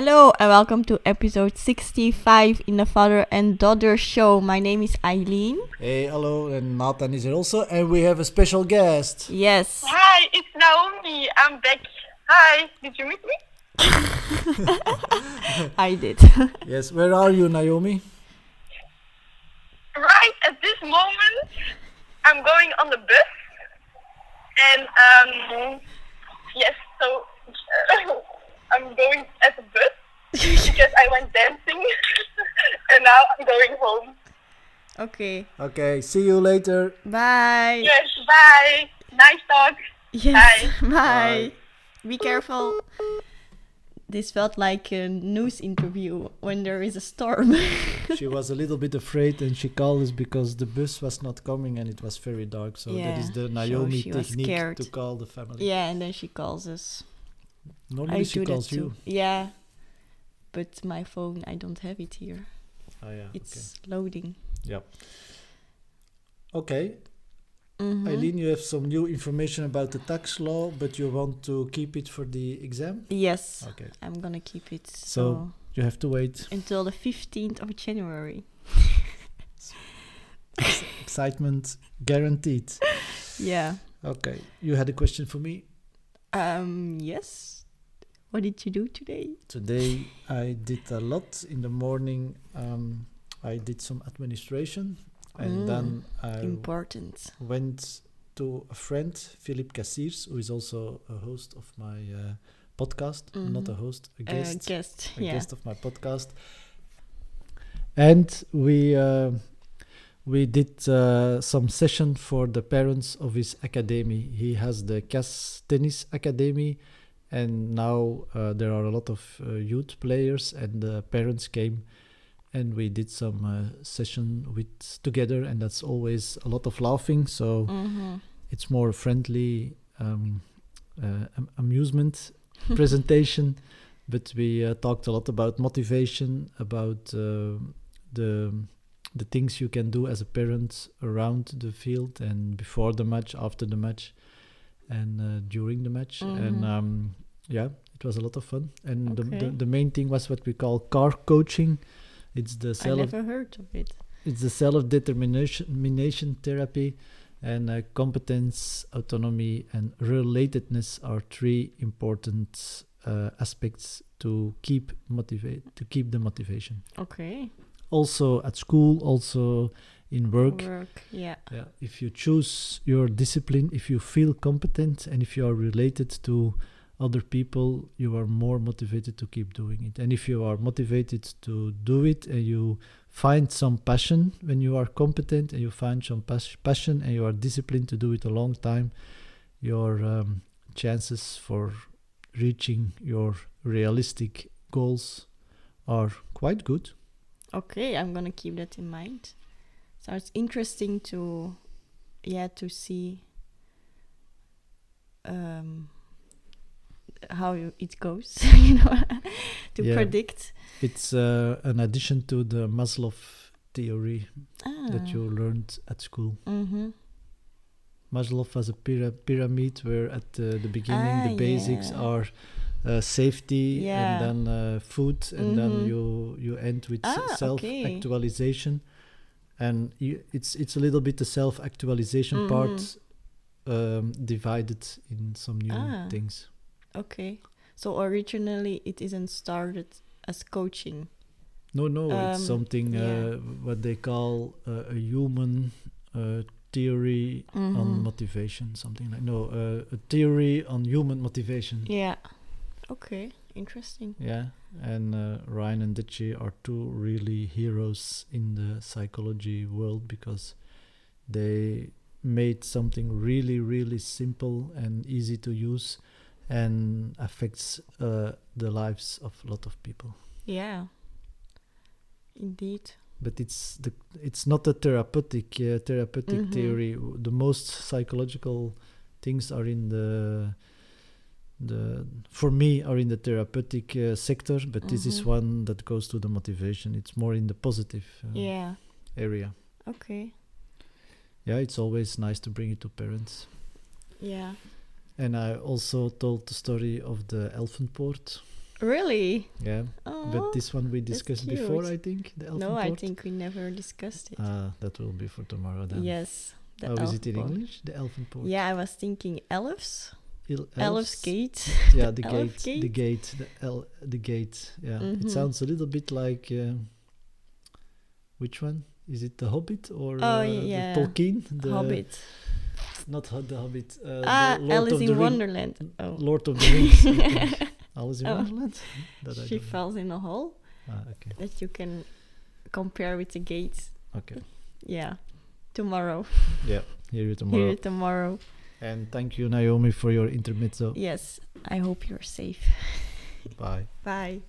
Hello and welcome to episode 65 in the Father and Daughter Show. My name is Eileen. Hey, hello, and Nathan is here also, and we have a special guest. Yes. Hi, it's Naomi. I'm back. Hi, did you meet me? I did. Yes, where are you, Naomi? Right at this moment, I'm going on the bus. And, um, yes, so uh, I'm going at the bus because I went dancing. and now I'm going home. okay. Okay, see you later. Bye. Yes, bye. Nice talk. Yes. Bye. Be careful. This felt like a news interview when there is a storm. She was a little bit afraid, and she called us because the bus was not coming, and it was very dark. So Yeah, that is the so Naomi she was technique scared. to call the family. yeah, and then she calls us. Normally I she do that calls too. you. Yeah. But my phone, I don't have it here. Oh yeah. It's loading. Okay. Yep. Okay. Mm-hmm. Eileen, you have some new information about the tax law, but you want to keep it for the exam. Yes. Okay. I'm gonna keep it. so So you have to wait. until the 15th of January. Excitement guaranteed. Yeah. Okay, you had a question for me. Um, yes. What did you do today? Today I did a lot. In the morning, um, I did some administration, and Mm, then I Important. went to a friend, Philippe Cassiers, who is also a host of my uh, podcast. Not a host, a Uh, guest, guest. a Yeah. guest of my podcast. And we uh, we did uh, some session for the parents of his academy. He has the Cas Tennis Academy, and now uh, there are a lot of uh, youth players, and the parents came, and we did some uh, session with together, and that's always a lot of laughing. So Mm-hmm. it's more friendly um, uh, am- amusement presentation but we uh, talked a lot about motivation about uh, the the things you can do as a parent around the field and before the match after the match and uh, during the match and Mhm. um, yeah it was a lot of fun and the, the, Okay. the main thing was what we call car coaching it's the I self never heard of it. it's the self-determination mination therapy and uh, competence autonomy and relatedness are three important uh, aspects to keep motivate to keep the motivation Okay. also at school also in work Work. Yeah. yeah. if you choose your discipline if you feel competent and if you are related to other people you are more motivated to keep doing it and if you are motivated to do it and you find some passion when you are competent and you find some pas- passion and you are disciplined to do it a long time your um, chances for reaching your realistic goals are quite good Okay. I'm gonna keep that in mind. So it's interesting to, yeah, to see. Um. How you- it goes, you know, to Yeah. predict. it's uh, an addition to the maslow theory that Mm. you learned at school. Ah, Mm-hmm. Maslow has a pyra- pyramid where at the, the beginning Ah, the basics yeah. are uh, safety Yeah. and then uh, food and Mhm. then you you end with s- Ah, self okay. actualization and you, it's it's a little bit the self actualization Mm-hmm. part um, divided in some new Ah. things. Okay. So originally it isn't started as coaching. No, no, Um, it's something yeah. uh, what they call uh, a human uh, theory Mm-hmm. on motivation, something like no, uh, a theory on human motivation. Yeah. Okay. Interesting. Yeah, and uh, Ryan and Ditchie are two really heroes in the psychology world because they made something really, really simple and easy to use and affects uh, the lives of a lot of people. Yeah. Indeed. But it's the it's not a therapeutic uh, therapeutic Mhm. theory. W- The most psychological things are in the the for me are in the therapeutic uh, sector, but this is Mhm. one that goes to the motivation. It's more in the positive uh, Yeah. area. Okay. Yeah, it's always nice to bring it to parents. Yeah. And I also told the story of the Elfenport. Really? Yeah. Oh, But this one we discussed before, cute. I think. The no, elfenport. I think we never discussed it. Ah, that will be for tomorrow then. yes. the How is it in elfenport. English? The Elfenport. Yeah, I was thinking elves. Il- Elves elves? gate. Yeah, the elf gate, the gate, the el- the gate. Yeah, Mhm. it sounds a little bit like uh, which one? Is it the Hobbit or Oh, uh, yeah. the Tolkien? The, Hobbit. Not Ho- the Hobbit. Uh, ah, the Lord Alice of the in Ring- Wonderland. Oh, Lord of the Rings. I think. Alice in Oh. Wonderland. That I she don't know. falls in a hole Ah, okay. that you can compare with the gate. Okay. Yeah. Tomorrow. Hear you tomorrow. Here tomorrow. And thank you, Naomi, for your intermezzo. Yes. I hope you're safe. Bye. Bye.